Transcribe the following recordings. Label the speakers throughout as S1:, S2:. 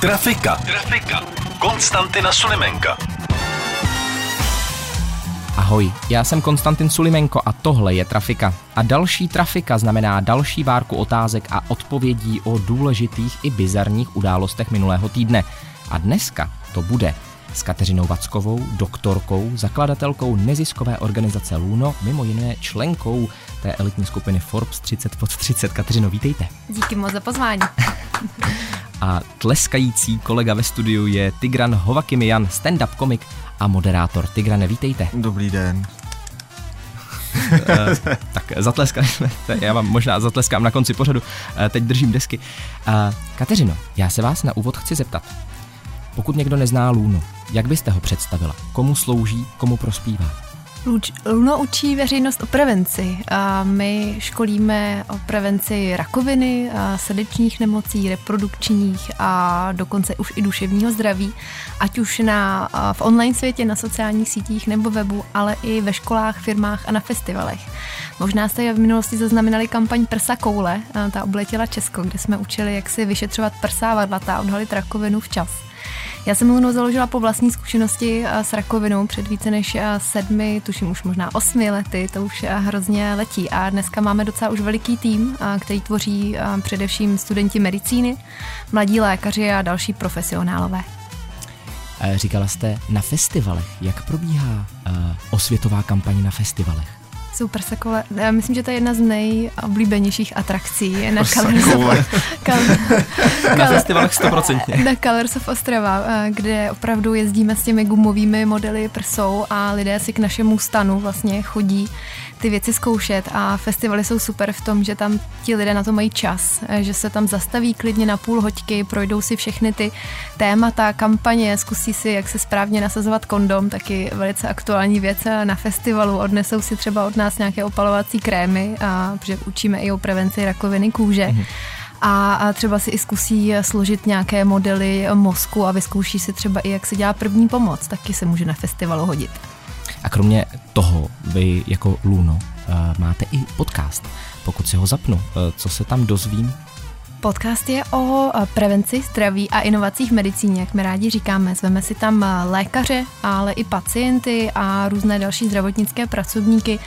S1: Trafika. Trafika. Konstantina Sulimenka.
S2: Ahoj, já jsem Konstantin Sulimenko a tohle je Trafika. A další Trafika znamená další várku otázek a odpovědí o důležitých i bizarních událostech minulého týdne. A dneska to bude s Kateřinou Vackovou, doktorkou, zakladatelkou neziskové organizace Luno, mimo jiné členkou té elitní skupiny Forbes 30 pod 30. Kateřino, vítejte.
S3: Díky moc za pozvání.
S2: A tleskající kolega ve studiu je Tigran Hovakimian, stand-up komik a moderátor. Tigrane, vítejte.
S4: Dobrý den.
S2: Eh, tak zatleskali jsme, Te- já vám možná zatleskám na konci pořadu, Eh, teď držím desky. Eh, Kateřino, já se vás na úvod chci zeptat. Pokud někdo nezná Lůnu, jak byste ho představila? Komu slouží, komu prospívá?
S3: Luč- Luno učí veřejnost o prevenci. A my školíme o prevenci rakoviny, a srdečních nemocí, reprodukčních a dokonce už i duševního zdraví, ať už na, a v online světě, na sociálních sítích nebo webu, ale i ve školách, firmách a na festivalech. Možná jste v minulosti zaznamenali kampaň Prsa koule, a ta obletěla Česko, kde jsme učili, jak si vyšetřovat prsa a vadlata a odhalit rakovinu včas. Já jsem Luno založila po vlastní zkušenosti a, s rakovinou před více než a, sedmi, tuším už možná osmi lety, to už a, hrozně letí. A dneska máme docela už veliký tým, a, který tvoří a, především studenti medicíny, mladí lékaři a další profesionálové.
S2: Eh, Říkala jste na festivalech. Jak probíhá eh, osvětová kampaň na festivalech?
S3: Jsou persakole, já Eh, myslím, že to je jedna z nejoblíbenějších atrakcí na
S4: Koule.
S2: Na festivalech 100%.
S3: Na Colors of Ostrava, eh, kde opravdu jezdíme s těmi gumovými modely prsou a lidé si k našemu stanu vlastně chodí ty věci zkoušet a festivaly jsou super v tom, že tam ti lidé na to mají čas, eh, že se tam zastaví klidně na půl hoďky, projdou si všechny ty témata, kampaně, zkusí si, jak se správně nasazovat kondom, taky velice aktuální věc eh, na festivalu, odnesou si třeba od nás nějaké opalovací krémy, a, protože učíme i o prevenci rakoviny kůže.
S2: Mhm.
S3: Mm-hmm a a třeba si i zkusí eh, složit nějaké modely eh, mozku a vyzkouší si třeba i, jak se dělá první pomoc, taky se může na festivalu hodit.
S2: A kromě toho, vy jako Luno eh, máte i podcast. Pokud si ho zapnu, eh, co se tam dozvím?
S3: Podcast je o eh, prevenci, zdraví a inovacích v medicíně, jak my rádi říkáme. Zveme si tam eh, lékaře, ale i pacienty a různé další zdravotnické pracovníky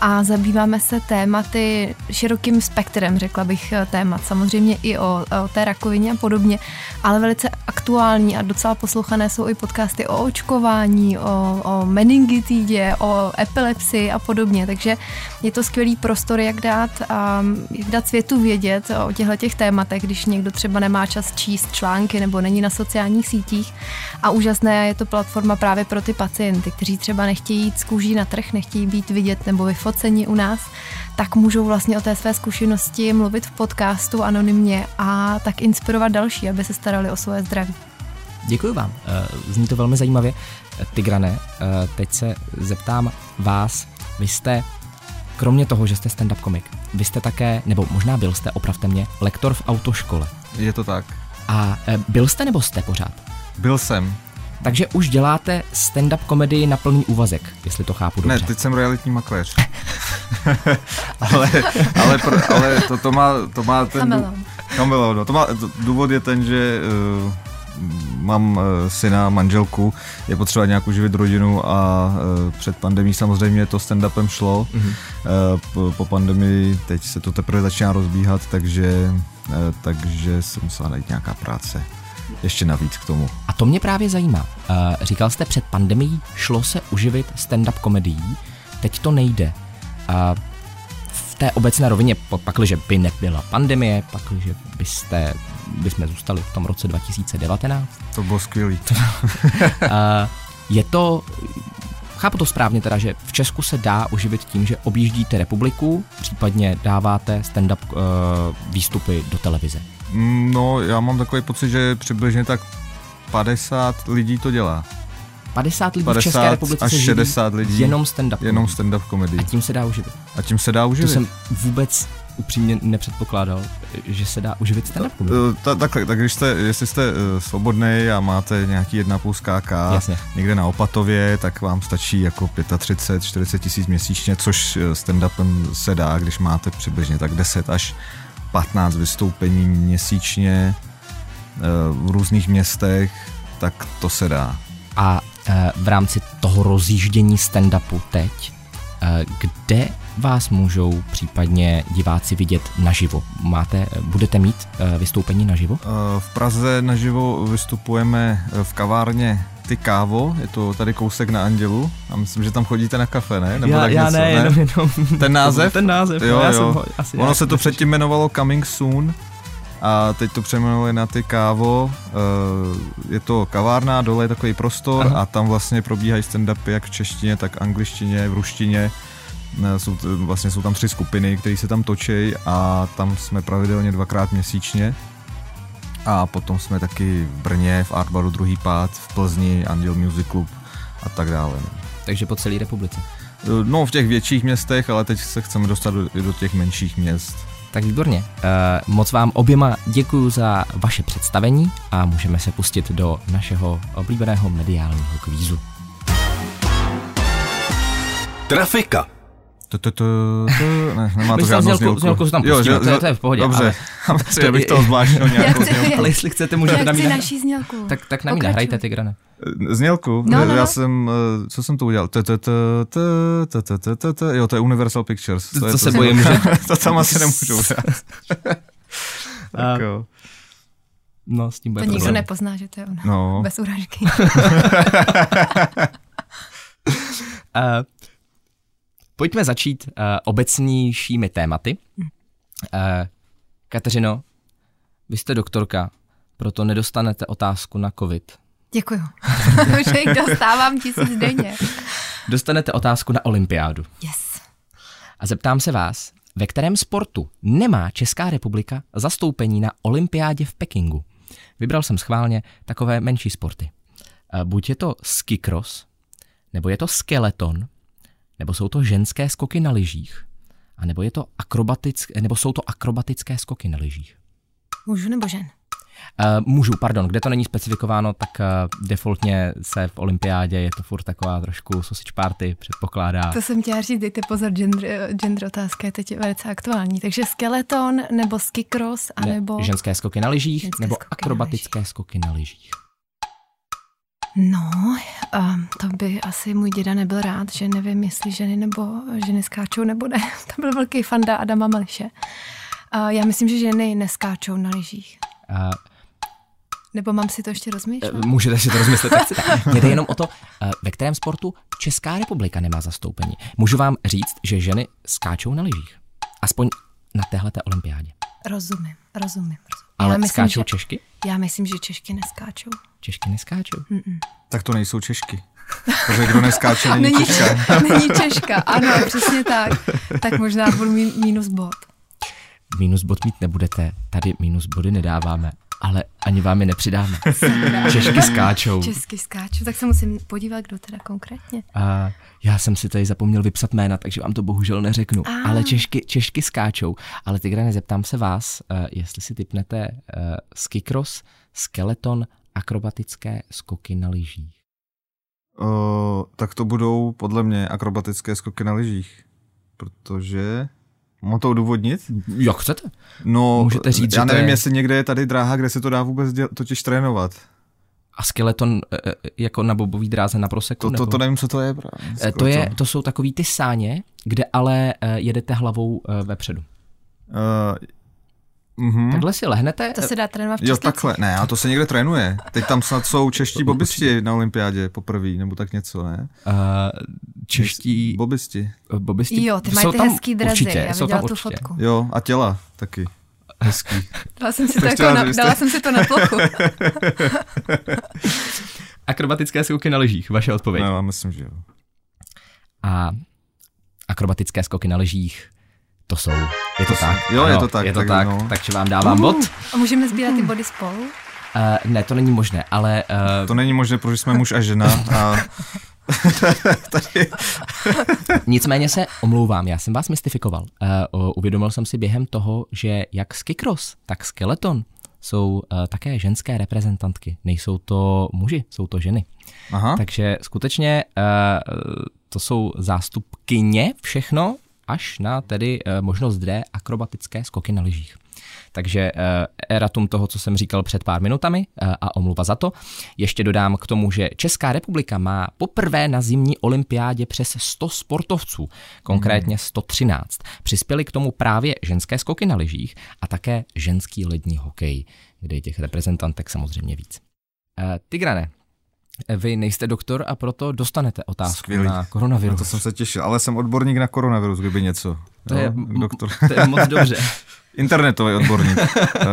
S3: a zabýváme se tématy širokým spektrem, řekla bych, eh, témat. Samozřejmě i o, o té rakovině a podobně, ale velice aktuální a docela poslouchané jsou i podcasty o očkování, o, o meningitidě, o epilepsii a podobně. Takže je to skvělý prostor, jak dát, um, jak dát světu vědět o těchto těch tématech, když někdo třeba nemá čas číst články nebo není na sociálních sítích. A úžasné je to platforma právě pro ty pacienty, kteří třeba nechtějí jít z kůží na trh, nechtějí být vidět nebo vyfoceni u nás, tak můžou vlastně o té své zkušenosti mluvit v podcastu anonymně a tak inspirovat další, aby se starali o svoje zdraví.
S2: Děkuji vám, eh, zní to velmi zajímavě. Eh, Tigrane, eh, teď se zeptám vás, vy jste, kromě toho, že jste stand-up komik, vy jste také, nebo možná byl jste, opravte mě, lektor v autoškole.
S4: Je to tak.
S2: A eh, byl jste nebo jste pořád?
S4: Byl jsem.
S2: Takže už děláte stand-up komedii na plný úvazek, jestli to chápu
S4: Ne,
S2: dobře.
S4: teď jsem realitní makléř. ale ale, pro, ale to, to, má, to má ten...
S3: Chameleon.
S4: Kamelo, no. To má, to, důvod je ten, že uh, mám uh, syna, manželku, je potřeba nějak uživit rodinu a uh, před pandemí samozřejmě to stand-upem šlo. Mm-hmm. Uh, po, po pandemii teď se to teprve začíná rozbíhat, takže, uh, takže jsem musela najít nějaká práce. Ještě navíc k tomu.
S2: A to mě právě zajímá. Eh, Říkal jste, před pandemí šlo se uživit stand-up komedií, teď to nejde. A v té obecné rovině, po- pakliže by nebyla pandemie, pakliže byste, bychom zůstali v tom roce 2019,
S4: To bylo skvělý.
S2: a Eh, je to, chápu to správně teda, že v Česku se dá uživit tím, že objíždíte republiku, případně dáváte stand-up eh, výstupy do televize.
S4: Mm, No, já mám takový pocit, že přibližně tak 50 lidí to dělá.
S2: 50 lidí v
S4: 50
S2: České republice
S4: až
S2: se živí
S4: 60 lidí.
S2: jenom stand-up.
S4: Jenom stand-up komedii.
S2: Mhm. a tím se dá uživit.
S4: A tím se dá
S2: To
S4: uživit.
S2: jsem vůbec upřímně nepředpokládal, že se dá uživit stand-up.
S4: Eh, Ta, takhle, tak když jste, jestli jste uh, svobodný a máte nějaký 1,5 KK
S2: Jasně.
S4: někde na Opatově, tak vám stačí jako 35, 40 tisíc měsíčně, což eh, stand-upem se dá, když máte přibližně tak 10 až 15 vystoupení měsíčně eh, v různých městech, tak to se dá.
S2: A eh, v rámci toho rozjíždění stand-upu teď, eh, kde vás můžou případně diváci vidět naživo? Máte, eh, budete mít eh, vystoupení naživo?
S4: Eh, V Praze naživo vystupujeme eh, v kavárně Ty kávo, je to tady kousek na Andělu a myslím, že tam chodíte na kafe, ne? Nebo tak něco,
S2: jenom.
S4: Ten název?
S2: Ten název,
S4: Jo,
S2: no, já
S4: jo.
S2: jsem ho asi
S4: ono
S2: nějak
S4: se to
S2: neřešil.
S4: předtím jmenovalo Coming Soon a teď to přejmenovali na ty kávo. Eh, Je to kavárna, dole je takový prostor
S2: Aha.
S4: Aha. a tam vlastně probíhají stand-upy jak v češtině, tak angličtině, v ruštině. Ne, Jsou, t- vlastně jsou tam tři skupiny, které se tam točí a tam jsme pravidelně dvakrát měsíčně. A potom jsme taky v Brně, v Artbaru druhý pád, v Plzni, Anděl Music Club a tak dále.
S2: Takže po celé republice.
S4: No v těch větších městech, ale teď se chceme dostat do, i do těch menších měst.
S2: Tak výborně. Eh, Moc vám oběma děkuji za vaše představení a můžeme se pustit do našeho oblíbeného mediálního kvízu.
S1: Trafika.
S4: To, to, to, to, ne, nemá to
S2: Myslel
S4: žádnou
S2: znělku, znělku
S4: znělku.
S2: si tam pustíme, to je- to je v pohodě,
S4: Dobře, ale... já bych toho zvláštního nějakou
S3: Já chci-
S4: znělku.
S2: No, Ale jestli chcete, můžete na
S3: Jak
S2: mě
S3: si
S2: nahrát.
S3: naší znělku?
S2: Tak, tak na mě
S3: Pokračuj.
S2: nahrajte, Tigrane.
S4: Znělku?
S3: No, no, no.
S4: Já jsem, eh, co jsem to udělal? T, t, t, t, t, t, t, t, t, Jo, to je Universal Pictures.
S2: To
S4: je
S2: se bojím, že-
S4: to tam asi nemůžu dát. tak jo.
S2: No, s tím bude
S3: To nikdo
S2: problém.
S3: nepozná, že to je ona.
S4: No.
S3: Bez urážky.
S2: Eh, pojďme začít uh, obecnějšími tématy.
S3: Hm.
S2: Uh, Kateřino, vy jste doktorka, proto nedostanete otázku na covid.
S3: Děkuju. Už jich dostávám tisíc denně.
S2: Dostanete otázku na olympiádu.
S3: Yes.
S2: A zeptám se vás, ve kterém sportu nemá Česká republika zastoupení na olympiádě v Pekingu? Vybral jsem schválně takové menší sporty. Eh, Buď je to skikros, nebo je to skeleton, nebo jsou to ženské skoky na lyžích, a nebo, je to akrobatické, nebo jsou to akrobatické skoky na lyžích.
S3: Mužu nebo žen?
S2: Uh, můžu, pardon, kde to není specifikováno, tak uh, defaultně se v olympiádě je to furt taková trošku sausage party, předpokládá.
S3: To jsem chtěla říct, dejte pozor, gender, gender otázka je teď velice aktuální. Takže skeleton nebo skikros, anebo...
S2: ne, ženské skoky na lyžích
S3: Ženské
S2: nebo
S3: skoky na
S2: akrobatické skoky na lyžích.
S3: No, um, to by asi můj děda nebyl rád, že nevím, jestli ženy nebo ženy skáčou nebo ne. To byl velký fanda Adama Mališe. Uh, já myslím, že ženy neskáčou na lyžích.
S2: Uh,
S3: Nebo mám si to ještě rozmýšlet?
S2: Eh, můžete si to rozmyslet, jak chcete. Mně jde jenom o to, eh, ve kterém sportu Česká republika nemá zastoupení. Můžu vám říct, že ženy skáčou na lyžích. Aspoň na téhle olympiádě.
S3: Rozumím, rozumím. rozumím.
S2: Ale
S3: já myslím,
S2: skáčou
S3: že,
S2: Češky?
S3: Já myslím, že Češky neskáčou.
S2: Češky neskáčou.
S3: Hm.
S4: Tak to nejsou Češky. Protože kdo neskáče, není
S3: Není,
S4: Češka.
S3: není Češka, ano, přesně tak. Tak možná budu mít minus bod.
S2: Minus bod mít nebudete, tady minus body nedáváme, ale ani vám je nepřidáme. Češky skáčou.
S3: Česky skáču, tak se musím podívat, kdo teda konkrétně.
S2: A já jsem si tady zapomněl vypsat jména, takže vám to bohužel neřeknu.
S3: A.
S2: Ale češky, češky skáčou. Ale Tigrane, zeptám se vás, eh, jestli si typnete eh, skikros, skeleton, akrobatické skoky na lyžích.
S4: O, tak to budou podle mě akrobatické skoky na lyžích. Protože... Mám to odůvodnit?
S2: Jak chcete?
S4: No,
S2: Můžete říct, že
S4: já
S2: to
S4: nevím,
S2: je-
S4: jestli někde je tady dráha, kde se to dá vůbec děl- totiž trénovat.
S2: A skeleton eh, eh, jako na bobový dráze na proseku?
S4: To, to,
S2: nebo-
S4: to nevím, co to je právě.
S2: Eh, to,
S4: Skoro
S2: je, to jsou takový ty sáně, kde ale eh, jedete hlavou eh, vepředu.
S4: Uh, Eh, mhm.
S2: Takhle si lehnete.
S3: To se dá trénovat v
S4: Jo,
S3: České
S4: takhle. Ne, a to se někde trénuje. Teď tam snad jsou čeští bobisti na olympiádě poprvé, nebo tak něco, ne?
S2: eh, čeští
S4: Bobisti.
S2: eh, bobisti.
S3: Jo, ty mají
S2: jsou
S3: ty
S2: tam
S3: hezký drazy,
S2: určitě,
S3: já
S2: jsou tam
S3: viděla tu
S2: určitě.
S3: fotku.
S4: Jo, a těla taky. Hezký.
S3: Dala jsem si
S4: To
S3: to,
S4: chtěla
S3: jako na,
S4: říct.
S3: dala jsem si to na plochu.
S2: Akrobatické skoky na lyžích, vaše odpověď.
S4: No, já myslím, že jo.
S2: a akrobatické skoky na lyžích, to jsou, je to tak.
S4: jo, je to tak,
S2: Je to tak,
S4: tak
S2: tak
S4: no.
S2: takže vám dávám bod.
S3: A můžeme sbírat ty body spolu?
S2: Uh, ne, to není možné, ale... Uh,
S4: To není možné, protože jsme muž a žena a tady
S2: Nicméně se omlouvám, já jsem vás mystifikoval. Eh, o, Uvědomil jsem si během toho, že jak Skikros, tak Skeleton jsou eh, také ženské reprezentantky. Nejsou to muži, jsou to ženy.
S4: Aha.
S2: Takže skutečně eh, to jsou zástupkyně všechno, až na tedy eh, možnost dré akrobatické skoky na lyžích. Takže eh, eratum toho, co jsem říkal před pár minutami eh, a omluva za to. Ještě dodám k tomu, že Česká republika má poprvé na zimní olympiádě přes 100 sportovců, konkrétně 113. Přispěli k tomu právě ženské skoky na lyžích a také ženský lední hokej, kde je těch reprezentantek samozřejmě víc. Eh, Tigrane, vy nejste doktor a proto dostanete otázku
S4: Skvělý.
S2: na koronavirus.
S4: to jsem se těšil, ale jsem odborník na koronavirus, kdyby něco.
S2: to, je,
S4: Jo, doktor.
S2: to je moc dobře.
S4: Internetový odborník. Eh,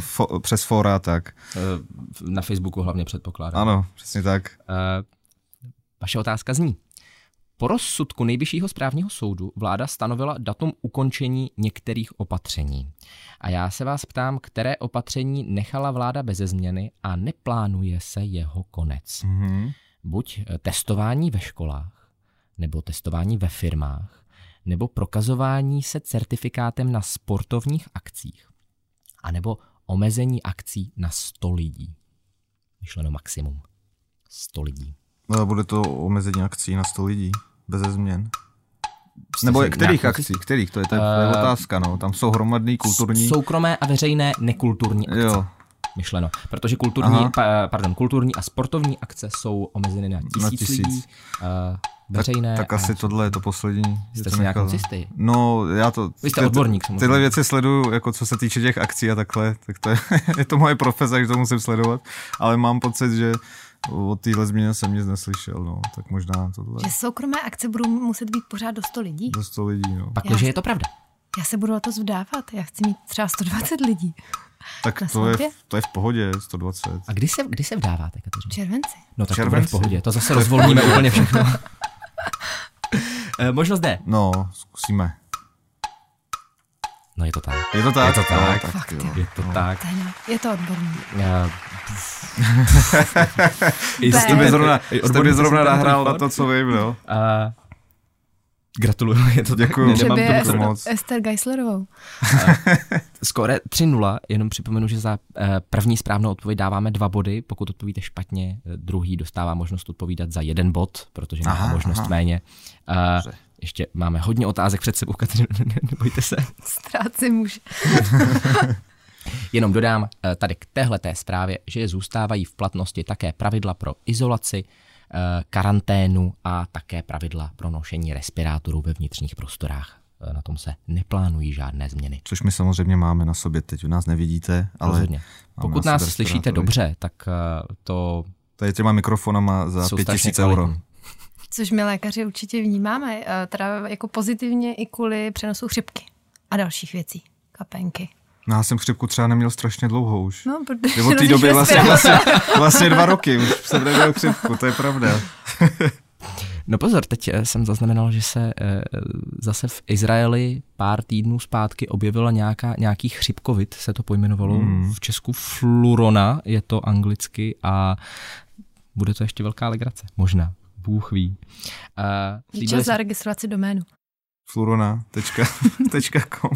S4: fo, přes fóra, tak.
S2: Eh, Na Facebooku hlavně předpokládám.
S4: Ano, přesně tak.
S2: Eh, Vaše otázka zní. Po rozsudku nejvyššího správního soudu vláda stanovila datum ukončení některých opatření. A já se vás ptám, které opatření nechala vláda beze změny a neplánuje se jeho konec.
S4: Mhm.
S2: Buď eh, testování ve školách, nebo testování ve firmách, nebo prokazování se certifikátem na sportovních akcích, anebo omezení akcí na 100 lidí. Myšleno maximum. 100 lidí.
S4: Ale Bude to omezení akcí na 100 lidí, bez změn. Nebo
S2: si
S4: kterých
S2: nějakou-
S4: akcí? Kterých? To je, to je to je
S2: Eh,
S4: otázka, no. Tam jsou hromadný, kulturní.
S2: Soukromé a veřejné nekulturní akce.
S4: Jo,
S2: Myšleno. Protože kulturní,
S4: Aha.
S2: pa, eh, pardon, kulturní a sportovní akce jsou omezeny na tisíc,
S4: tisíc.
S2: lidí. Uh, veřejné
S4: tak
S2: a
S4: asi tohle je to poslední. že
S2: Jste
S4: to
S2: si nějak
S4: nechal.
S2: koncistý?
S4: No, já to...
S2: Vy jste
S4: ty-
S2: odborník
S4: ty,
S2: samozřejmě.
S4: Tyhle věci sleduju, jako co se týče těch akcí a takhle, tak to je, je to moje profese, že to musím sledovat, ale mám pocit, že o téhle změně jsem nic neslyšel, no, tak možná tohle.
S3: Že soukromé akce budou muset být pořád do 100 lidí.
S4: Do 100 lidí, no.
S2: Pak, že je to pravda.
S3: Já se budu letos vdávat, já chci mít třeba 120 lidí. na
S4: tak to je,
S3: svatě?
S4: to je v pohodě, 120.
S2: A kdy se, kdy se vdáváte, Kateřina?
S3: V červenci.
S2: No tak
S4: červenci.
S2: to bude v pohodě. To zase rozvolníme úplně všechno. Eh, Možnost D.
S4: No, zkusíme.
S2: No je to tak.
S4: Je to tak?
S2: Je to tak.
S4: No, tak
S3: Fakt,
S4: jo.
S3: jo.
S2: Je to tak.
S3: To je, na- je to odborný.
S2: Eh,
S4: Jste by zrovna,
S2: I
S4: jste
S2: odborník
S4: by zrovna
S2: jsem ten
S4: nahrál na
S2: telefon.
S4: to, co vím, no.
S2: Eh, Gratuluju, je to tak.
S4: Děkuju.
S2: Nemám
S4: Že by-
S2: druhou
S3: Přebije
S4: to
S3: Ester,
S4: moc.
S3: Ester Geislerovou.
S2: Skore 3-0, jenom připomenu, že za eh, první správnou odpověď dáváme dva body, pokud odpovíte špatně, eh, druhý dostává možnost odpovídat za jeden bod, protože má
S4: Aha,
S2: možnost
S4: aha.
S2: méně. Eh, ještě máme hodně otázek před sebou, Kateřino, ne, ne, nebojte se.
S3: Ztrácím už.
S2: Jenom dodám eh, tady k téhleté zprávě, že zůstávají v platnosti také pravidla pro izolaci, eh, karanténu a také pravidla pro nošení respirátorů ve vnitřních prostorách. Eh, Na tom se neplánují žádné změny.
S4: Což my samozřejmě máme na sobě teď, u nás nevidíte, ale...
S2: Rozhodně.
S4: máme
S2: Pokud
S4: na
S2: nás
S4: sobě
S2: slyšíte
S4: respirátory.
S2: dobře, tak eh, to
S4: Tady těma mikrofonama za
S2: jsou
S4: 5000
S2: strašně
S4: euro.
S2: kvalitní.
S3: Což my lékaři určitě vnímáme, eh, teda jako pozitivně i kvůli přenosu chřipky a dalších věcí. Kapenky.
S4: No, já jsem chřipku třeba neměl strašně dlouho už.
S3: No, protože
S4: Nebo té
S3: nosíš
S4: doby vlastně,
S3: respirátor.
S4: vlastně, vlastně, dva roky už jsem neměl chřipku, to je pravda.
S2: No pozor, teď eh, jsem zaznamenal, že se eh, zase v Izraeli pár týdnů zpátky objevila nějaká, nějaký chřipkovit, se to pojmenovalo
S4: Hmm.
S2: v Česku. Flurona je to anglicky a bude to ještě velká legrace. Možná. Bůh ví. Uh,
S3: Čas zaregistrovat si doménu.
S4: Flurona, tečka, tečka com.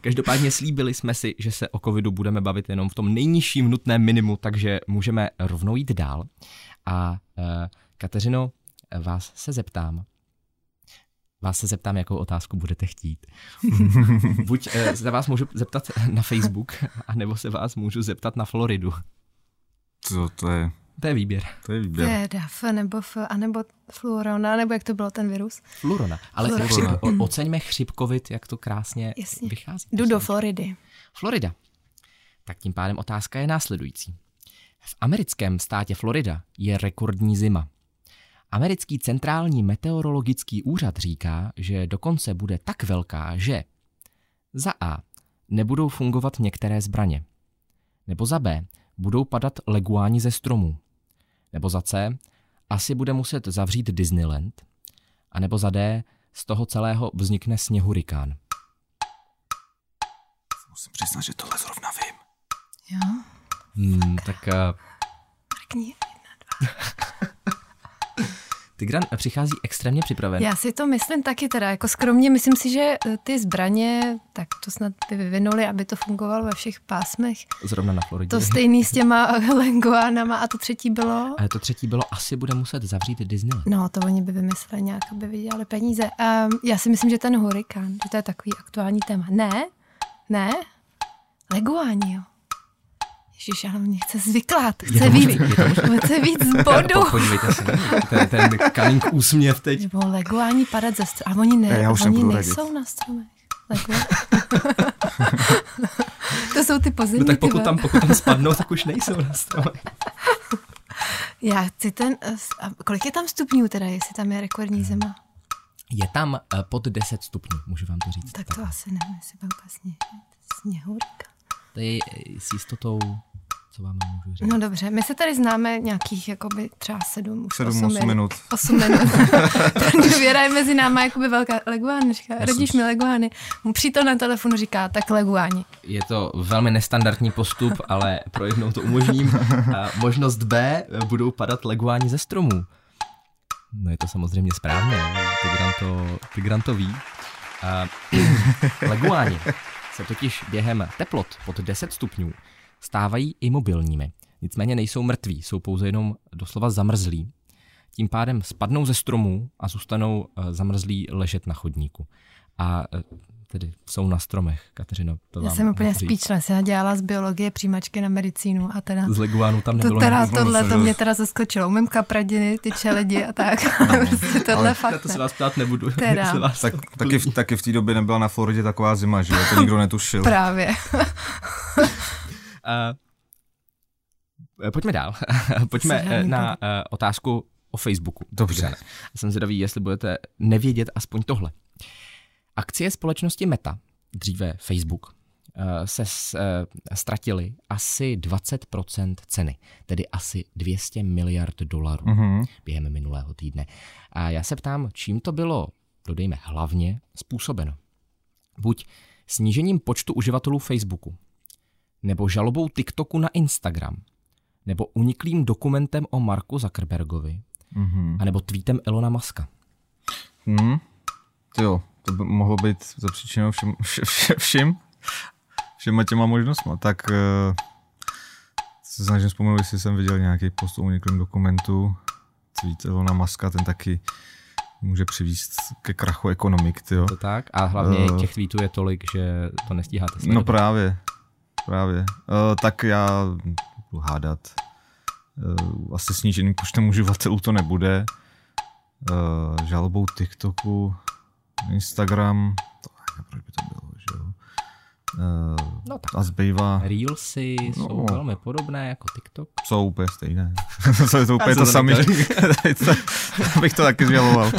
S2: Každopádně slíbili jsme si, že se o covidu budeme bavit jenom v tom nejnižším nutném minimu, takže můžeme rovnou jít dál. A eh, Kateřino, eh, vás se zeptám, vás se zeptám, jakou otázku budete chtít. Buď eh, se vás můžu zeptat na Facebook, anebo se vás můžu zeptat na Floridu.
S4: To, to je,
S2: To je výběr.
S4: to je výběr.
S3: Yeah. DAF, nebo F, anebo fluorona, nebo jak to bylo ten virus.
S2: Flurona. Ale
S3: Flurona.
S2: chřip, o- oceňme chřipkovit, jak to krásně
S3: Jasně.
S2: vychází.
S3: Jdu do Floridy.
S2: Florida. Tak tím pádem otázka je následující. V americkém státě Florida je rekordní zima. Americký centrální meteorologický úřad říká, že dokonce bude tak velká, že za A nebudou fungovat některé zbraně, nebo za B budou padat leguáni ze stromů, nebo za C asi bude muset zavřít Disneyland, a nebo za D z toho celého vznikne sněhurikán.
S4: Musím přiznat, že tohle zrovna vím.
S3: Jo.
S2: Hmm, tak eh,
S3: Mrkni.
S2: Tigran přichází extrémně připraven.
S3: Já si to myslím taky teda, jako skromně, myslím si, že eh, ty zbraně, tak to snad by vyvinuli, aby to fungovalo ve všech pásmech.
S2: Zrovna na Floridě.
S3: To stejný s těma Lengoánama a to třetí bylo...
S2: Ale to třetí bylo, asi bude muset zavřít Disneyland.
S3: No, to oni by vymysleli nějak, aby vydělali peníze. Um, já si myslím, že ten hurikán, že to je takový aktuální téma. Ne? Ne? Leguáni, jo. Ježiš, ale mě chce zvyklát, chce
S2: možný,
S3: víc, chce víc z bodu.
S2: Podívejte se, ten, ten kaning úsměv teď.
S3: Nebo leguáni padat ze stromu. A oni ne,
S4: Já už
S3: oni
S4: nebudu
S3: nejsou na stromech. Leguáni. to jsou ty pozemní
S2: No tak
S3: ty
S2: pokud
S3: ve-
S2: tam, pokud tam spadnou, tak už nejsou na stromech.
S3: Já chci ten... eh, s- A kolik je tam stupňů teda, jestli tam je rekordní
S2: Hmm.
S3: zima?
S2: Je tam eh, pod 10 stupňů, můžu vám to říct.
S3: Tak to asi nevím, jestli byl ta sně, sněhurka.
S2: To je eh, s jistotou, co vám můžu říct.
S3: No dobře, my se tady známe nějakých jakoby třeba sedm, už
S4: Sedm,
S3: osm
S4: osm minut.
S3: Osm minut. Ta důvěra je mezi náma jakoby velká leguánečka.
S2: jsem
S3: Rodíš
S2: si-
S3: mi leguány. Můj přítel na telefonu říká, tak leguáni.
S2: Je to velmi nestandardní postup, ale pro jednou to umožním. Eh, Možnost B, eh, budou padat leguáni ze stromů. No je to samozřejmě správně, Tigran to, Tigran to ví. Eh, leguáni se totiž během teplot pod 10 stupňů stávají imobilními. Nicméně nejsou mrtví, jsou pouze jenom doslova zamrzlí. Tím pádem spadnou ze stromů a zůstanou eh, zamrzlí ležet na chodníku. A eh, tedy jsou na stromech, Kateřino. To
S3: Já
S2: vám
S3: jsem úplně
S2: můžu říct.
S3: speechless. Já dělala z biologie přijímačky na medicínu a teda...
S2: Z leguánů tam
S3: To
S2: nebylo
S3: teda
S2: nic.
S3: tohle, to
S4: dost.
S3: mě teda zaskočilo. Umím kapradiny, ty čeledi a tak. ale prostě tohle
S4: ale-
S3: fakt
S2: to
S3: ne.
S2: se vás ptát nebudu.
S3: Teda.
S2: jestli vás
S4: Tak,
S2: to
S4: taky, v, taky v té době nebyla na Floridě taková zima, že jo? To nikdo netušil.
S3: Právě.
S2: Eh, eh, pojďme dál. pojďme eh,
S3: Sehnání
S2: na eh, otázku o Facebooku.
S4: Dobře.
S2: Zuzane. Jsem zvědavý, jestli budete nevědět aspoň tohle. Akcie společnosti Meta, dříve Facebook, eh, se s- eh, ztratily asi 20% ceny, tedy asi 200 miliard dolarů
S4: Mhm.
S2: během minulého týdne. A já se ptám, čím to bylo, dodejme, hlavně způsobeno. Buď snížením počtu uživatelů Facebooku, nebo žalobou TikToku na Instagram, nebo uniklým dokumentem o Marku Zuckerbergovi,
S4: Mhm.
S2: anebo tweetem Elona Muska.
S4: Hmm. To jo, to by mohlo být zapříčinou všem, vše, vše, všim, všema těma možnostma. Tak uh, se snažím vzpomenout, jestli jsem viděl nějaký post o uniklém dokumentu. Tweet Elona Muska, ten taky může přivést ke krachu ekonomik, ty jo.
S2: To tak? A hlavně
S4: Eh.
S2: těch tweetů je tolik, že to nestíháte.
S4: No
S2: sledovat.
S4: právě, právě. Uh, tak já budu hádat. Uh, asi sníženým počtem uživatelů to nebude. Uh, žalobou TikToku, Instagram, to nevím, proč by to bylo, že jo. Uh,
S2: no tak.
S4: a zbývá,
S2: Reelsy
S4: No.
S2: jsou velmi podobné jako TikTok.
S4: jsou úplně stejné. jsou to úplně
S2: Já
S4: to
S2: se
S4: samé.
S2: to
S4: Abych to taky zjaloval.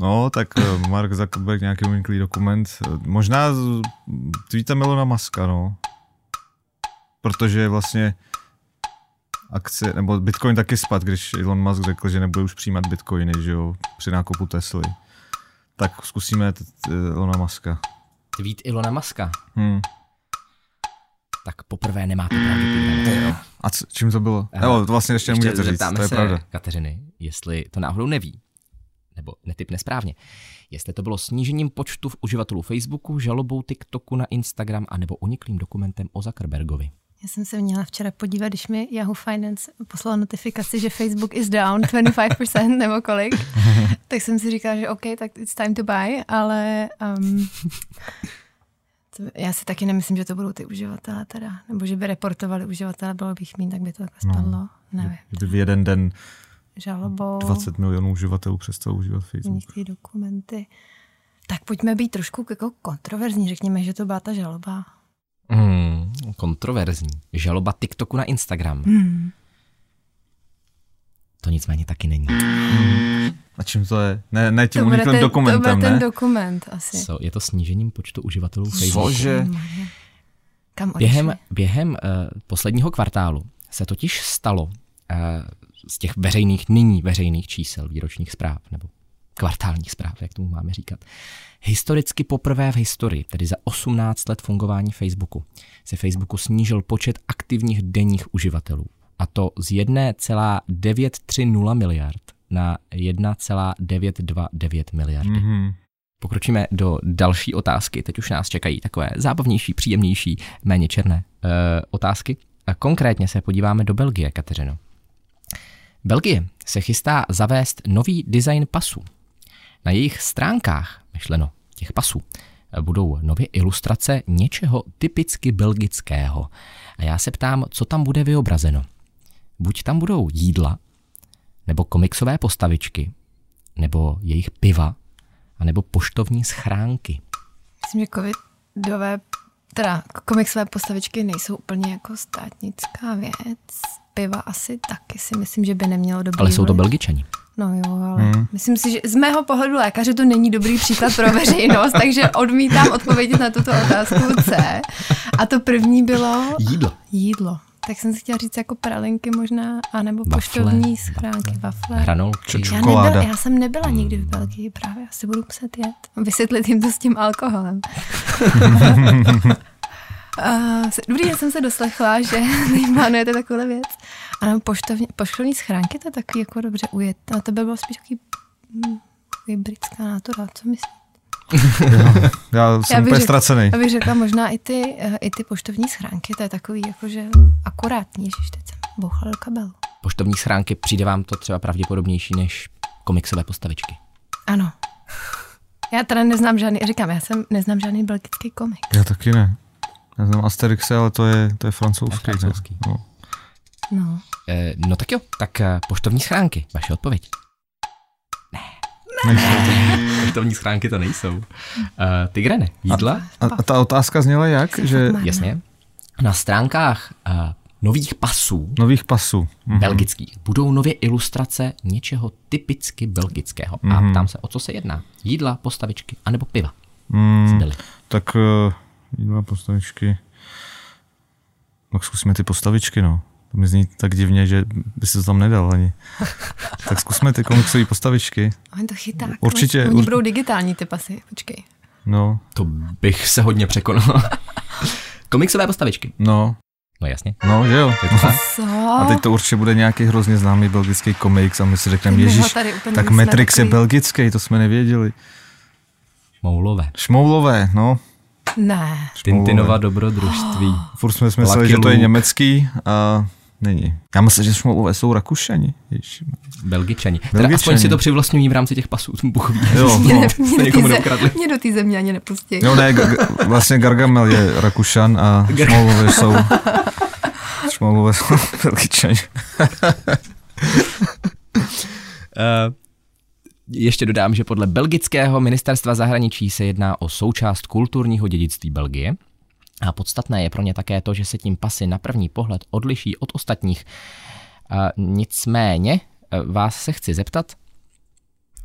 S4: No, tak eh, Mark Zuckerberg, nějaký uniklý dokument. Eh, Možná z- tweetem Elona Muska, no. Protože vlastně akce, nebo Bitcoin taky spad, když Elon Musk řekl, že nebude už přijímat Bitcoiny, že jo, při nákupu Tesly. Tak zkusíme t- t- Elona Muska.
S2: Tweet Elona Muska.
S4: Hmm.
S2: Tak poprvé nemáte pravdu. Tigre.
S4: A c- čím to bylo?
S2: Aha.
S4: Jo, to vlastně ještě nemůžete říct,
S2: zeptáme
S4: to je
S2: se
S4: pravda.
S2: Kateřiny, jestli to náhodou neví, nebo netypne správně, jestli to bylo snížením počtu v uživatelů Facebooku, žalobou TikToku na Instagram, anebo uniklým dokumentem o Zuckerbergovi.
S3: Já jsem se měla včera podívat, když mi Yahoo Finance poslal notifikaci, že Facebook is down 25% nebo kolik, tak jsem si říkala, že OK, tak it's time to buy, ale um, to, já si taky nemyslím, že to budou ty uživatelé teda, nebo že by reportovali uživatele, bylo bych mín, tak by to
S4: No.
S3: takhle spadlo, nevím,
S4: Kdyby v jeden den
S3: žalobou,
S4: 20 milionů uživatelů přestalo užívat Facebook.
S3: některé dokumenty. Tak pojďme být trošku jako kontroverzní, řekněme, že to byla ta žaloba.
S2: Hmm, kontroverzní. Žaloba TikToku na Instagram.
S3: Hmm.
S2: To nicméně taky není.
S4: A čím to je? Ne, ne tím
S3: To bude, ten, to
S4: uniklým
S3: bude
S4: dokumentem,
S3: ten
S4: ne?
S3: dokument asi.
S2: Co, je to snížením počtu uživatelů Facebooku.
S4: Cože?
S3: Kam odešli?
S2: Během, během uh, posledního kvartálu se totiž eh, stalo uh, z těch veřejných, nyní veřejných čísel výročních zpráv, nebo kvartálních zpráv, jak tomu máme říkat. Historicky poprvé v historii, tedy za 18 let fungování Facebooku, se Facebooku snížil počet aktivních denních uživatelů. A to z 1,930 miliard na 1,929 miliardy.
S4: Mhm.
S2: Pokročíme do další otázky. Teď už nás čekají takové zábavnější, příjemnější, méně černé uh, otázky. A konkrétně se podíváme do Belgie, Kateřino. Belgie se chystá zavést nový design pasů. Na jejich stránkách, myšleno těch pasů, budou nově ilustrace něčeho typicky belgického. A já se ptám, co tam bude vyobrazeno. Buď tam budou jídla, nebo komiksové postavičky, nebo jejich piva, anebo poštovní schránky.
S3: Myslím, že covidové, teda komiksové postavičky nejsou úplně jako státnická věc. Piva asi taky si myslím, že by nemělo dobrý
S2: Ale jsou to
S3: vliv.
S2: belgičani.
S3: No jo, ale hmm. myslím si, že z mého pohledu lékaře to není dobrý příklad pro veřejnost, takže odmítám odpovědět na tuto otázku C. A to první bylo
S2: Jídlo.
S3: jídlo. Tak jsem si chtěla říct jako pralinky možná, anebo
S2: Wafle,
S3: poštovní schránky, wafle.
S2: Hranolky.
S4: Čočo.
S3: Já,
S4: Čokoláda. Hmm.
S3: nebyla, já jsem nebyla nikdy v Belgii právě, asi budu muset jet. Vysvětlit jim to s tím alkoholem. Uh, dobrý, já jsem se doslechla, že plánujete takovou věc. A nám poštovní, poštovní schránky, to je takový jako dobře ujet. A to by bylo spíš takový hm, takový britská nátura, co myslíš?
S4: Já jsem úplně
S3: řek-
S4: ztracený.
S3: Já bych řekla možná i ty, eh, i ty poštovní schránky, to je takový jako, jakože akurátní, že teď jsem bouchla do kabelu.
S2: Poštovní schránky, přijde vám to třeba pravděpodobnější než komiksové postavičky.
S3: Ano. Já teda neznám žádný, říkám, já jsem neznám žádný belgický komik.
S4: Já taky ne. Já znám Asterixe, ale to je, to je francouzský.
S2: To je francouzský.
S4: Ne? No.
S3: No.
S2: Eh, no tak jo, tak eh, poštovní schránky, vaše odpověď. Ne. poštovní schránky to nejsou. Eh, Tigrene, jídla?
S4: A, a ta otázka zněla jak? Že
S3: Má-
S2: Jasně. Na stránkách eh, nových pasů
S4: nových pasů. Mhm.
S2: belgických budou nově ilustrace něčeho typicky belgického. A ptám se, o co se jedná. Jídla, postavičky, anebo piva.
S4: Mm,
S2: Zbyly.
S4: tak eh, dva postavičky. Tak zkusíme ty postavičky, no. To mi zní tak divně, že by se to tam nedal ani. tak zkusme ty komiksové postavičky.
S3: Oni to chytá. jako
S4: Určitě,
S3: Oni
S4: ur-
S3: budou digitální ty pasy, počkej.
S4: No,
S2: To bych se hodně překonal. Komiksové postavičky.
S4: no,
S2: No jasně.
S4: no, že jo.
S3: Co?
S4: A teď to určitě bude nějaký hrozně známý belgický komiks a my si řekneme,
S3: Ty my ho
S4: ježíš,
S3: tady úplně
S4: tak
S3: nejsme
S4: Matrix je
S3: takový."
S4: belgický, to jsme nevěděli.
S2: Moulové.
S4: Šmoulové, no.
S3: Ne.
S4: Šmoulové.
S2: Tintinova dobrodružství.
S4: Furt jsme si mysleli,
S2: Lucky
S4: že to je
S2: Luke.
S4: německý a není. Já myslím, že Šmoulové jsou Rakušani. Ježiš.
S2: Belgičani. Teda
S4: Belgičani.
S2: aspoň si to přivlastňují v rámci těch pasů. Bůh ví.
S4: Jo,
S3: Mě,
S4: no.
S3: ne, mě,
S2: to
S3: do
S2: někomu
S3: té ze-
S2: neukradli.
S3: mě do té země ani nepustí.
S4: Jo, No ne, g- g- vlastně Gargamel je Rakušan a Šmoulové jsou... Šmoulové jsou Belgičani.
S2: Eh, ještě dodám, že podle belgického ministerstva zahraničí se jedná o součást kulturního dědictví Belgie. A podstatné je pro ně také to, že se tím pasy na první pohled odliší od ostatních. A nicméně eh, vás se chci zeptat,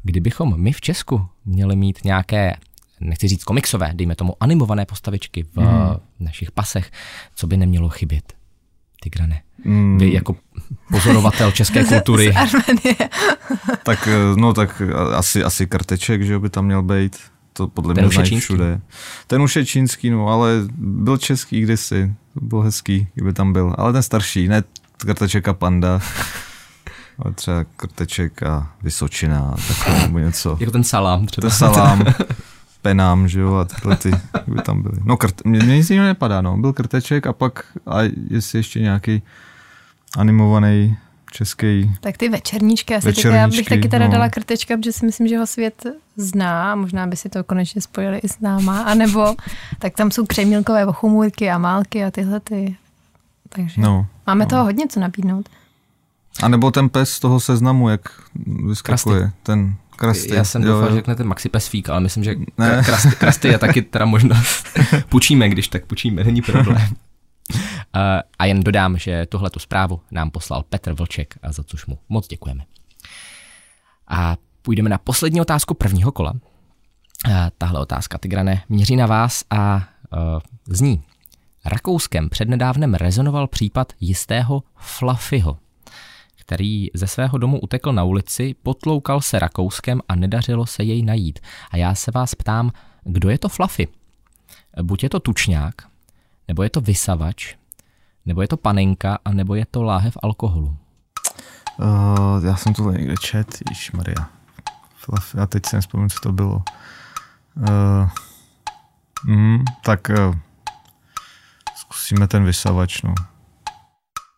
S2: kdybychom my v Česku měli mít nějaké, nechci říct komiksové, dejme tomu animované postavičky v
S3: Hmm.
S2: mm. našich pasech, co by nemělo chybět? Tigrane.
S4: Mm.
S2: Vy jako pozorovatel české kultury.
S3: Hmm. Z Armenie.
S4: Tak, eh, no tak a- asi, asi krteček, že jo, by tam měl být. To podle
S2: Ten
S4: mě
S2: už je
S4: znají
S2: čínský.
S4: všude. Ten už je čínský, no, ale byl český kdysi. To byl hezký, kdyby tam byl. Ale ten starší, ne krteček a panda. Ale třeba krteček a Vysočina, a takové nebo něco.
S2: Jako ten salám třeba.
S4: Ten salám, penám, že jo, a tyhle ty, kdyby tam byly. No, krt, mě, mě nic jiného nepadá, no. Byl krteček a pak, a jestli ještě nějaký animovaný český
S3: Tak ty večerníčky, asi večerníčky, tak já bych
S4: Večerníčky,
S3: taky teda
S4: no.
S3: dala krtečka, protože si myslím, že ho svět zná, a možná by si to konečně spojili i s náma, anebo tak tam jsou křemílkové ochomůrky a málky a tyhle ty. Takže
S4: No.
S3: máme toho hodně co nabídnout.
S4: A nebo ten pes z toho seznamu, jak vyskakuje. Krasty. Ten krasty.
S2: Já jsem
S4: jo,
S2: doufal,
S4: jo.
S2: že řeknete Maxi Pesfík, ale myslím, že
S4: Ne.
S2: ne. Krasty, krasty je taky teda možnost. Půjčíme, když tak půjčíme, není problém. A- A jen dodám, že tuhle tu zprávu nám poslal Petr Vlček, a za což mu moc děkujeme. A půjdeme na poslední otázku prvního kola. A Tahle otázka, Tigrane, měří na vás a uh, zní. Rakouskem přednedávnem rezonoval případ jistého Fluffyho, který ze svého domu utekl na ulici, potloukal se Rakouskem a nedařilo se jej najít. A já se vás ptám, kdo je to Fluffy? Buď je to tučňák, nebo je to vysavač, nebo je to panenka, a nebo je to láhev alkoholu.
S4: Uh, já jsem to někde čet, Maria. Já teď si nespomínám, co to bylo. Uh, mm, tak uh, zkusíme ten vysavač, no.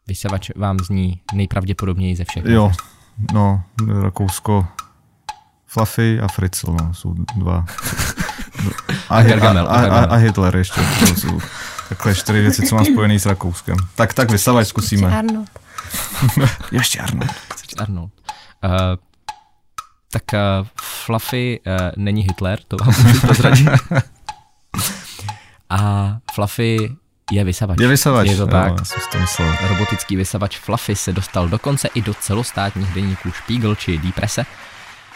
S2: Vysavač vám zní nejpravděpodobněji ze všech.
S4: Jo, no, Rakousko, Fluffy a Fritzl, no, jsou dva. A, a,
S2: Gargamel,
S4: a, a, a,
S2: Gargamel.
S4: a Hitler ještě, to jsou takhle čtyři věci, co mám spojený s Rakouskem. Tak, tak vysavač zkusíme.
S3: Arno.
S4: Ještě Arno.
S2: Arnold. Uh, tak uh, Fluffy uh, není Hitler, to vám můžu prozradit. A Fluffy je vysavač.
S4: Je vysavač.
S2: Je to
S4: jo,
S2: tak.
S4: Já jsem si to myslel.
S2: Robotický vysavač Fluffy se dostal dokonce i do celostátních deníků Spiegel či Die Presse.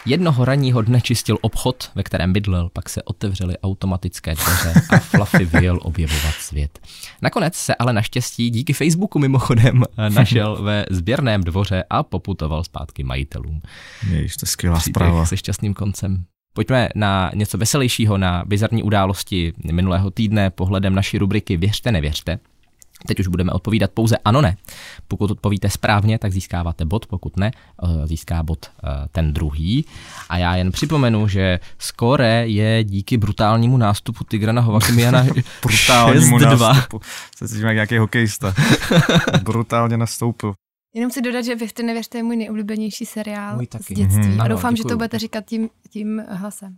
S2: Jednoho ranního dne čistil obchod, ve kterém bydlel, pak se otevřely automatické dveře a Fluffy vyjel objevovat svět. Nakonec se ale naštěstí díky Facebooku mimochodem eh, našel ve sběrném dvoře a poputoval zpátky majitelům.
S4: Ježiš, to je skvělá
S2: Příběh
S4: zpráva.
S2: se šťastným koncem. Pojďme na něco veselějšího, na bizarní události minulého týdne pohledem naší rubriky Věřte, nevěřte. Teď už budeme odpovídat pouze ano, ne. Pokud odpovíte správně, tak získáváte bod, pokud ne, eh, získá bod eh, ten druhý. A já jen připomenu, že skore je díky brutálnímu nástupu Tigrana Hovakumiana
S4: Brutálnímu
S2: 6-2.
S4: nástupu. Se cítím jak nějaký hokejista. Brutálně nastoupil.
S3: Jenom chci dodat, že věřte, nevěřte je můj nejoblíbenější seriál
S2: Můj
S3: z
S2: taky.
S3: dětství.
S4: Mhm.
S3: A
S2: Ano,
S3: doufám, že
S2: děkuju.
S3: to budete říkat tím, tím hlasem.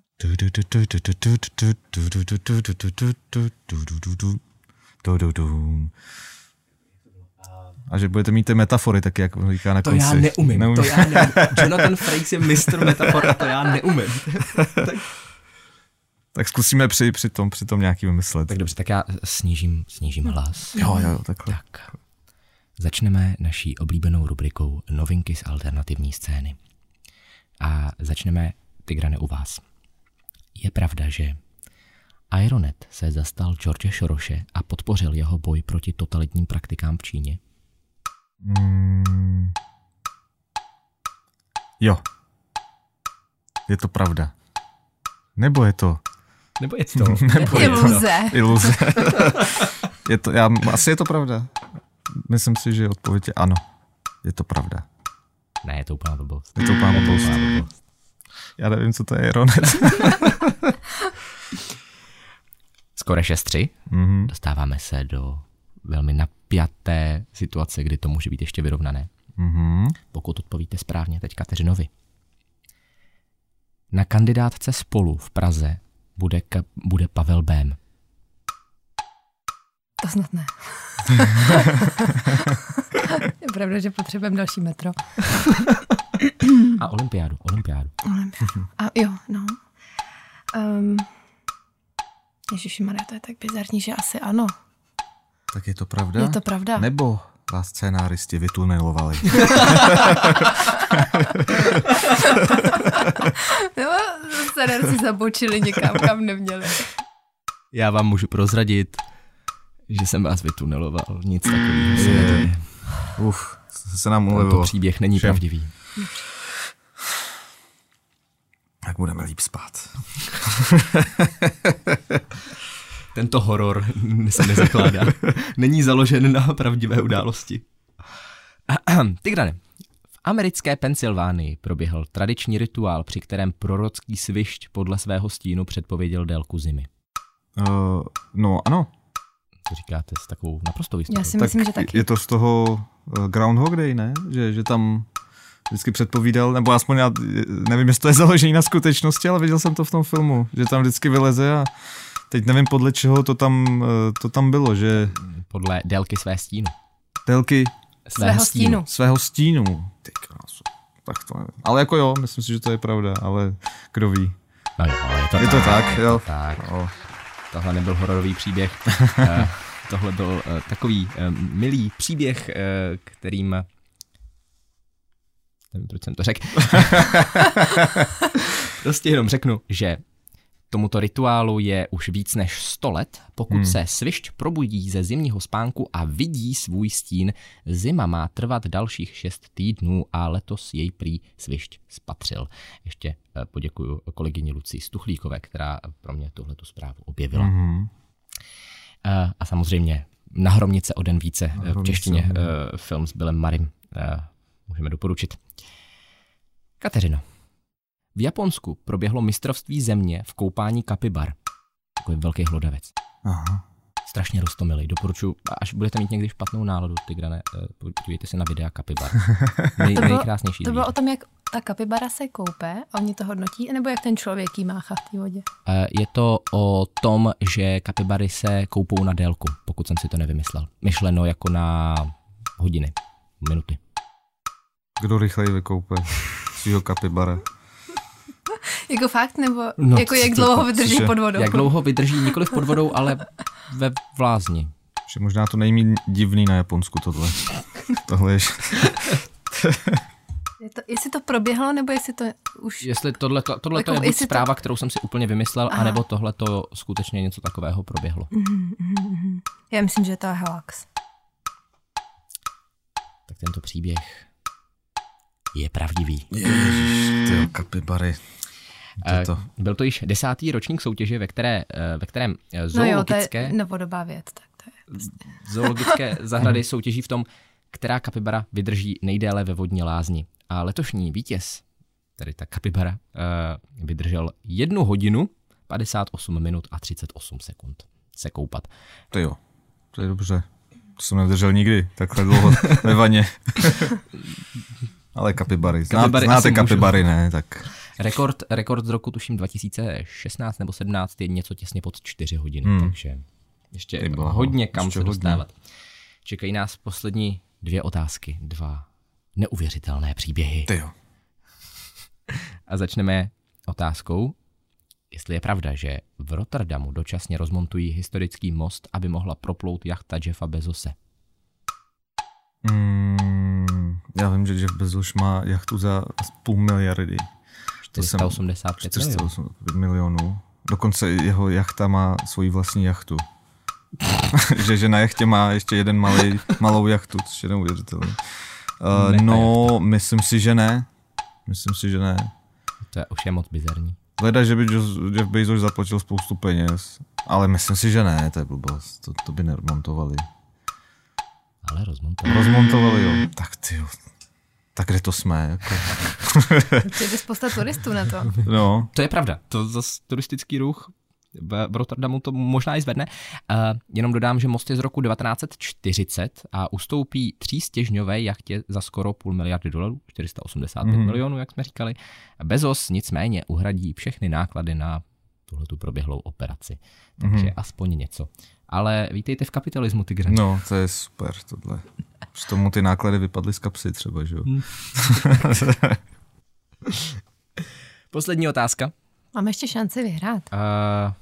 S4: A že budete mít ty metafory, tak jak říká na
S2: To
S4: konci.
S2: já neumím, to já neumím. Jonathan Frakes je mistr metafor a to já neumím.
S4: Tak zkusíme při, při, tom, při tom nějaký vymyslet.
S2: Tak dobře, tak já snížím, snížím hlas.
S4: Jo, jo, takhle.
S2: Tak, začneme naší oblíbenou rubrikou Novinky z alternativní scény. A začneme, Tigrane, u vás. Je pravda, že Ironet se zastal George Soroše a podpořil jeho boj proti totalitním praktikám v Číně.
S4: Mm. Jo. Je to pravda. Nebo je to
S2: Nebo je to?
S4: Nebo je to
S3: Iluze.
S4: iluze. je to, já, asi je to pravda. Myslím si, že odpověď je ano. Je to pravda.
S2: Ne, je to úplná blbost.
S4: Je to úplná blbost.
S2: Úplná blbost.
S4: Já nevím, co to je, Ronec.
S2: Skoro 6-3.
S4: Mhm.
S2: Dostáváme se do velmi napjaté situace, kdy to může být ještě vyrovnané.
S4: Mhm.
S2: Pokud odpovíte správně, teď Kateřinovi. Na kandidátce spolu v Praze bude, ka- bude Pavel Bém.
S3: To snad ne. je pravda, že potřebujeme další metro.
S2: A olympiádu, olympiádu. Mhm.
S3: A jo, no. Um, Ježišimarja, to je tak bizarní, že asi ano.
S4: Tak je to pravda?
S3: Je to pravda.
S4: Nebo vás scénáristi vytunelovali.
S3: Jo, se zabočili někam, kam neměli.
S2: Já vám můžu prozradit, že jsem vás vytuneloval. Nic takového se neděje.
S4: Uf, co se nám
S2: Tento
S4: ulevilo.
S2: příběh není
S4: Všem.
S2: pravdivý.
S4: Tak budeme líp spát.
S2: Tento horor se nezakládá. Není založen na pravdivé události. Ahem, Tigrane, v americké Pensylvánii proběhl tradiční rituál, při kterém prorocký svišť podle svého stínu předpověděl délku zimy.
S4: Uh, no, ano.
S2: Co říkáte s takovou naprostou jistotou?
S3: Já si myslím, že taky.
S4: Je to z toho eh, Groundhog Day, ne? Že, že tam vždycky předpovídal, nebo aspoň já eh, nevím, jestli to je založený na skutečnosti, ale viděl jsem to v tom filmu, že tam vždycky vyleze a teď nevím podle čeho to tam, eh, to tam bylo, že
S2: Podle délky své stínu.
S4: délky
S3: Svého stínu.
S4: svého stínu. Ty krásu. Tak to nevím. Ale jako jo, myslím si, že to je pravda, ale kdo ví.
S2: No jo, ale je to
S4: Je to
S2: tak.
S4: tak, jo.
S2: tak.
S4: O,
S2: Tohle nebyl hororový příběh. Eh, Tohle byl eh, takový eh, milý příběh, eh, kterým... Nevím, proč jsem to řekl. prostě jenom řeknu, že Tomuto rituálu je už víc než 100 let, pokud hmm. se svišť probudí ze zimního spánku a vidí svůj stín. Zima má trvat dalších 6 týdnů a letos jej prý svišť spatřil. Ještě eh, poděkuju kolegyni Lucí Stuchlíkové, která pro mě tuhle zprávu objevila.
S4: Mhm.
S2: Hmm. Eh, A samozřejmě na Hromnice o den více eh, v
S4: Hromnice,
S2: češtině
S4: mhm.
S2: eh, film s Billem Marim můžeme doporučit. Kateřino, v Japonsku proběhlo mistrovství země v koupání kapibar. Takový velký hlodavec.
S4: Aha.
S2: Strašně roztomilý. Doporučuji, až budete mít někdy špatnou náladu, ty grané, eh, podívejte se na videa kapibar. Nej,
S3: To bylo-
S2: nejkrásnější.
S3: To bylo
S2: zvíře.
S3: o tom, jak ta kapibara se koupe a oni to hodnotí, nebo jak ten člověk jí máchá v té vodě.
S2: Eh, Je to o tom, že kapibary se koupou na délku, pokud jsem si to nevymyslel. Myšleno jako na hodiny, minuty.
S4: Kdo rychleji vykoupe svýho kapibara?
S3: Jako fakt, nebo
S2: No,
S3: no, jako jak
S4: to-
S3: dlouho
S4: to-
S3: vydrží
S4: cože?
S3: pod vodou?
S2: Jak dlouho vydrží nikoli pod vodou, ale ve vlázni.
S4: Že možná to nejmí divný na Japonsku tohle. tohle je...
S3: Je to, jestli to proběhlo, nebo jestli to už...
S2: Jestli tohle, tohle
S3: Jako
S2: je buď
S3: jestli to-
S2: zpráva, kterou jsem si úplně vymyslel,
S3: Aha.
S2: anebo tohle to skutečně něco takového proběhlo.
S3: Mhm, mhm, mhm. Já myslím, že to je hoax.
S2: Tak tento příběh je pravdivý.
S4: Ježiš,
S2: Mm.
S4: ty kapibary.
S2: Eh,
S4: To, to.
S2: Byl to již desátý ročník soutěže, ve, které, eh, ve kterém eh,
S3: No jo, to je
S2: zoologické,
S3: novodobá věc. Tak to je.
S2: zoologické zahrady soutěží v tom, která kapibara vydrží nejdéle ve vodní lázni. A letošní vítěz, tedy ta kapibara, eh, vydržel jednu hodinu, 58 minut a 38 sekund se koupat.
S4: to jo. To je dobře. To jsem nevydržel nikdy, takhle dlouho ve vaně. Ale kapibary. Zná,
S2: Kapibary
S4: kapibary znáte
S2: asi můžu.
S4: kapibary, ne? Tak
S2: Rekord, rekord z roku tuším 2016 nebo 17 je něco těsně pod 4 hodiny, hmm.
S4: Hmm.
S2: takže ještě
S4: Ty
S2: bylo,
S4: blaho,
S2: hodně kam
S4: ještě
S2: se
S4: hodně.
S2: dostávat. Čekají nás poslední dvě otázky, dva neuvěřitelné příběhy.
S4: ty jo.
S2: A začneme otázkou, jestli je pravda, že v Rotterdamu dočasně rozmontují historický most, aby mohla proplout jachta Jeffa Bezose.
S4: Mm, já vím, že Jeff Bezos má jachtu za asi půl miliardy. To jsem-
S2: 485 milionů.
S4: 408 milionů. Dokonce jeho jachta má svoji vlastní jachtu. že, že na jachtě má ještě jeden malý, malou jachtu, což je neuvěřitelné. Uh,
S2: Meta
S4: no, myslím si, že ne. Myslím si, že ne.
S2: To je už je moc bizarní.
S4: Hleda, že by Jo- Jeff Bezos zaplatil spoustu peněz, ale myslím si, že ne, to je blbost. To, to by neremontovali.
S2: Ale rozmontovali.
S4: Rozmontovali, jo. Tak ty jo. Tak kde to jsme? Jako?
S3: Určitě by spousta turistů na to.
S4: No.
S2: To je pravda, to zase turistický ruch v v Rotterdamu to možná i zvedne. Uh, jenom dodám, že most je z roku 1940 a ustoupí třístěžňové jachtě za skoro půl miliardy dolarů, 485 mm.
S4: Mhm.
S2: milionů, jak jsme říkali. Bezos nicméně uhradí všechny náklady na tuhle tu proběhlou operaci. Takže mm. aspoň něco. Ale vítejte v kapitalismu, ty no.
S4: Mhm. No, to je super tohle. Při tomu ty náklady vypadly z kapsy třeba, že jo?
S2: Hm. Poslední otázka.
S3: Máme ještě šanci vyhrát.
S2: Uh,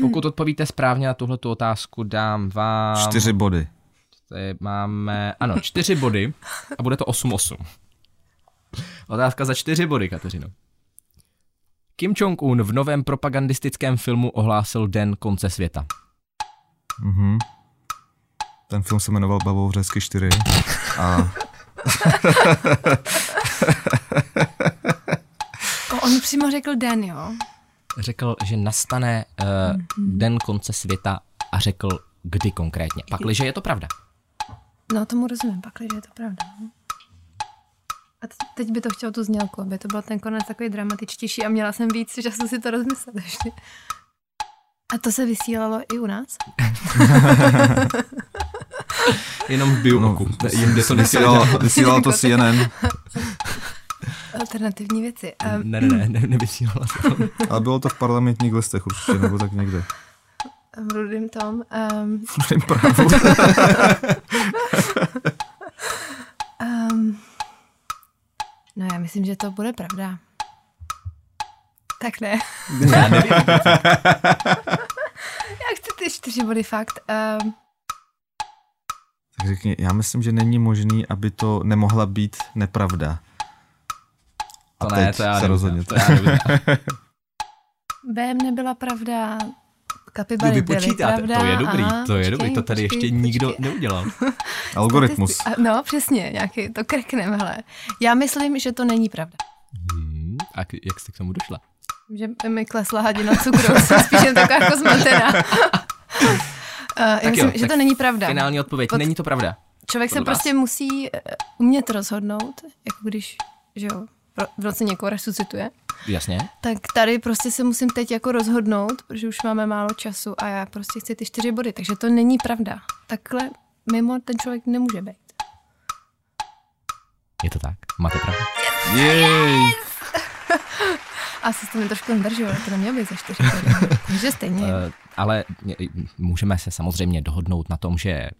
S2: pokud odpovíte správně na tuhle otázku, dám vám...
S4: Čtyři body.
S2: Tady máme, ano, čtyři body a bude to 8-8. Otázka za čtyři body, Kateřino. Kim Jong-un v novém propagandistickém filmu ohlásil den konce světa.
S4: Mhm. Ten film se jmenoval Bavouřezky 4 a
S3: O, on přímo řekl den, jo?
S2: Řekl, že nastane uh, den konce světa a řekl, kdy konkrétně. Pakliže je to pravda.
S3: No, tomu rozumím, pak, že je to pravda. no. A te- teď by to chtělo tu znělku, aby to byl ten konec takový dramatičtější a měla jsem víc času si to rozmyslet ještě. A to se vysílalo i u nás?
S2: Jenom v bioku. No, jinde to
S4: vysílal, vysílal to CNN,
S3: Alternativní věci. Um,
S2: Ne, ne, ne, ne, nevysílala to.
S4: ale bylo to v parlamentních listech určitě, nebo tak někde.
S2: Mhm.
S3: v rudém tom. Um,
S4: Nevím Právu.
S3: um, no já myslím, že to bude pravda. Tak ne.
S2: Já nevím.
S3: Já chci ty čtyři body fakt. Um,
S4: Tak řekni, já myslím, že není možný, aby to nemohla být nepravda.
S2: To
S4: A
S2: ne,
S4: teď
S2: to já
S4: se
S2: nevím,
S4: rozhodně.
S2: To já nevím.
S3: BM nebyla pravda,
S5: Jo,
S3: kapibary
S5: No vy
S3: byly
S5: počítáte,
S3: pravda.
S5: to je dobrý,
S3: aha,
S5: to je
S3: počkej,
S5: dobrý, to tady
S3: počkej,
S5: ještě
S3: počkej.
S5: nikdo neudělal.
S4: Algoritmus.
S3: A- No, přesně, nějaký, to krknem, hele. Já myslím, že to není pravda.
S5: Hmm, a k- jak jste k tomu došla?
S3: Že mi klesla hladina cukru, jsem spíš jen taková jako zmatená. Uh, já
S2: jo,
S3: myslím, že
S2: tak
S3: to není pravda.
S2: Finální odpověď,
S3: Pod-
S2: není to pravda.
S3: Člověk se
S2: podle vás.
S3: prostě musí eh, umět rozhodnout, jako když, že jo, v- v roce někoho resuscituje.
S2: Jasně.
S3: Tak tady prostě se musím teď jako rozhodnout, protože už máme málo času a já prostě chci ty čtyři body, takže to není pravda. Takhle mimo ten člověk nemůže být.
S2: Je to tak, máte pravdu.
S4: Jej.
S3: Asi jste mi trošku nadržil, ale to nemělo být za čtyři body. Takže stejně.
S2: Eh, ale mě- můžeme se samozřejmě dohodnout na tom, že eh,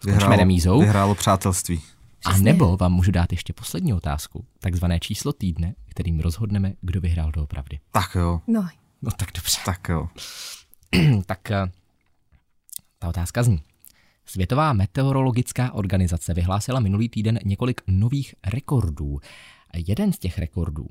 S2: skončíme
S4: Vyhrálo,
S2: remízou.
S4: vyhrálo přátelství.
S2: A nebo vám můžu dát ještě poslední otázku, takzvané číslo týdne, kterým rozhodneme, kdo vyhrál doopravdy.
S4: Tak jo,
S3: No,
S2: No tak dobře.
S4: tak jo.
S2: tak eh, ta otázka zní. Světová meteorologická organizace vyhlásila minulý týden několik nových rekordů. Jeden z těch rekordů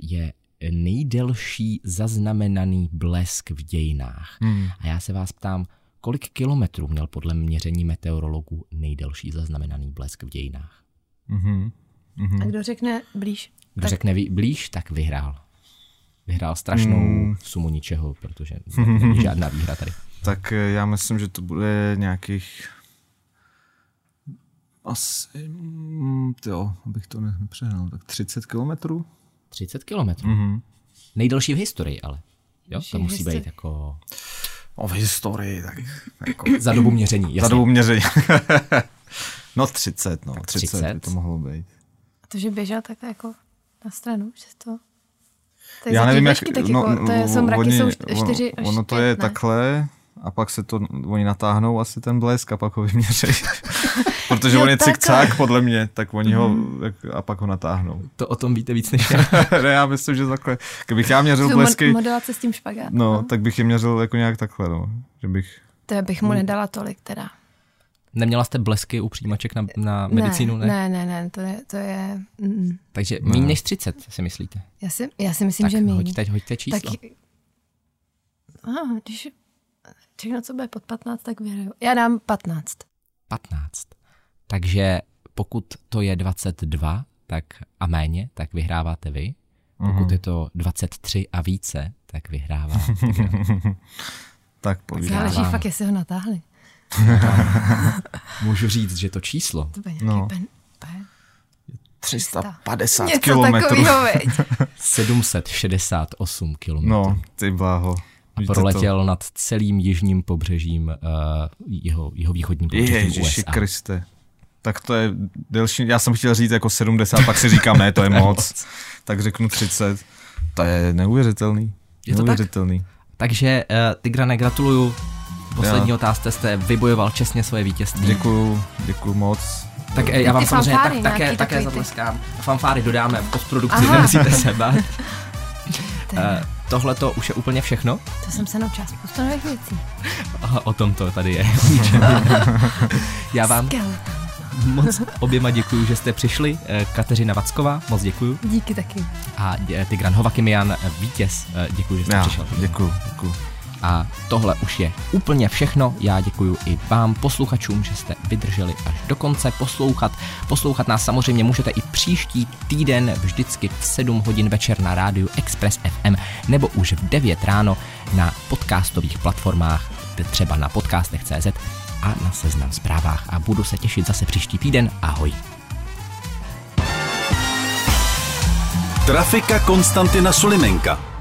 S2: je nejdelší zaznamenaný blesk v dějinách. Hmm. A já se vás ptám, kolik kilometrů měl podle měření meteorologů nejdelší zaznamenaný blesk v dějinách?
S4: Mhm.
S3: a kdo řekne blíž?
S2: Kdo
S3: Tak
S2: řekne vy- blíž, tak vyhrál. Vyhrál strašnou hmm. sumu ničeho, protože ne- není žádná výhra tady.
S4: Tak eh, já myslím, že to bude nějakých asi, mm, jo, abych to ne- nepřehnal, tak 30 kilometrů?
S2: 30 kilometrů. Mm-hmm. Nejdelší v historii, ale. Jo, to
S3: v
S2: musí
S3: historii.
S2: být jako
S4: O, No, v historii, tak jako
S2: za dobu měření. Jasně.
S4: za dobu měření. no 30, no, 30,
S2: 30.
S4: by to mohlo být.
S3: A to, že běžel tak jako na stranu, že to... Tak
S4: já nevím, jak,
S3: tak no, jako, to je, jsou mraky,
S4: oni-
S3: jsou št-
S4: ono-
S3: čtyři až
S4: Ono to
S3: pět,
S4: je
S3: ne?
S4: takhle a pak se to, oni natáhnou asi ten blesk a pak ho vyměří. Protože
S3: Jo, Mhm.
S4: on je
S3: takhle.
S4: cikcák podle mě, tak oni ho jak- a pak ho natáhnou.
S2: To o tom víte víc než já.
S4: ne, já myslím, že takhle. Kdybych já
S3: Tu
S4: měřil
S3: mo-
S4: blesky,
S3: Modelace s tím špagát.
S4: no, tak Mm. bych je měřil jako nějak takhle, no. Že bych...
S3: To já bych mu nedala tolik teda.
S2: Neměla jste blesky u přijímaček na, na medicínu, ne?
S3: ne? Ne, ne, ne, to je... To je mm,
S2: Takže méně než 30, si myslíte?
S3: já, si, já si myslím,
S2: Tak
S3: že míň.
S2: hoďte, hoďte číslo.
S3: Tak... Aha, když všechno, co bude pod 15, tak vyhraju. Já dám 15.
S2: 15. Takže pokud to je 22 tak a méně, tak vyhráváte vy. Pokud je to 23 a více, tak vyhrává.
S4: Tak pojď.
S3: Záleží
S2: Dávám.
S3: fakt, jestli ho natáhli.
S2: Můžu říct, že to číslo
S3: To bude nějaký
S4: No.
S3: no. pen, pen,
S4: 350
S3: něco
S4: kilometrů.
S3: takového, veď.
S2: 768 kilometrů.
S4: No, ty bláho.
S2: A
S4: Vidíte to?
S2: proletěl nad celým jižním pobřežím, uh, jeho, jeho východním pobřežím
S4: Ježiši
S2: USA.
S4: Kriste. Tak to je delší, já jsem chtěl říct jako 70, pak si říkám, ne, to je moc. Tak řeknu 30. To je neuvěřitelný.
S2: Je to tak?
S4: neuvěřitelný.
S2: Takže uh, Tigrane, gratuluju. V Poslední
S4: Já.
S2: otázce jste vybojoval čestně svoje vítězství.
S4: Děkuju, děkuju moc.
S2: Tak eh, já vám
S3: Ty
S2: samozřejmě
S3: fanfáry,
S2: tak, také,
S3: nějaký
S2: také
S3: takový ty.
S2: zatleskám. Fanfáry dodáme v postprodukci,
S3: Aha.
S2: nemusíte se bát.
S3: To je-
S2: Eh, Tohle to už je úplně všechno.
S3: To jsem se naučila spoustu nových věcí.
S2: Aha, O tom to tady je. O ničem jiném. Já vám
S3: Skvělé.
S2: moc oběma děkuju, že jste přišli. Eh, Kateřina Vacková, moc děkuju.
S3: Díky taky.
S2: A eh, Tigran Hovakimian, eh, vítěz, eh, děkuji, že jste
S4: Já,
S2: přišel.
S4: děkuju, děkuju.
S2: A tohle už je úplně všechno. Já děkuji i vám, posluchačům, že jste vydrželi až do konce poslouchat. Poslouchat nás samozřejmě můžete i příští týden vždycky v 7 hodin večer na rádiu Express FM nebo už v 9 ráno na podcastových platformách, třeba na podcastech.cz a na seznam zprávách. A budu se těšit zase příští týden. Ahoj.
S1: Trafika Konstantina Sulimenka.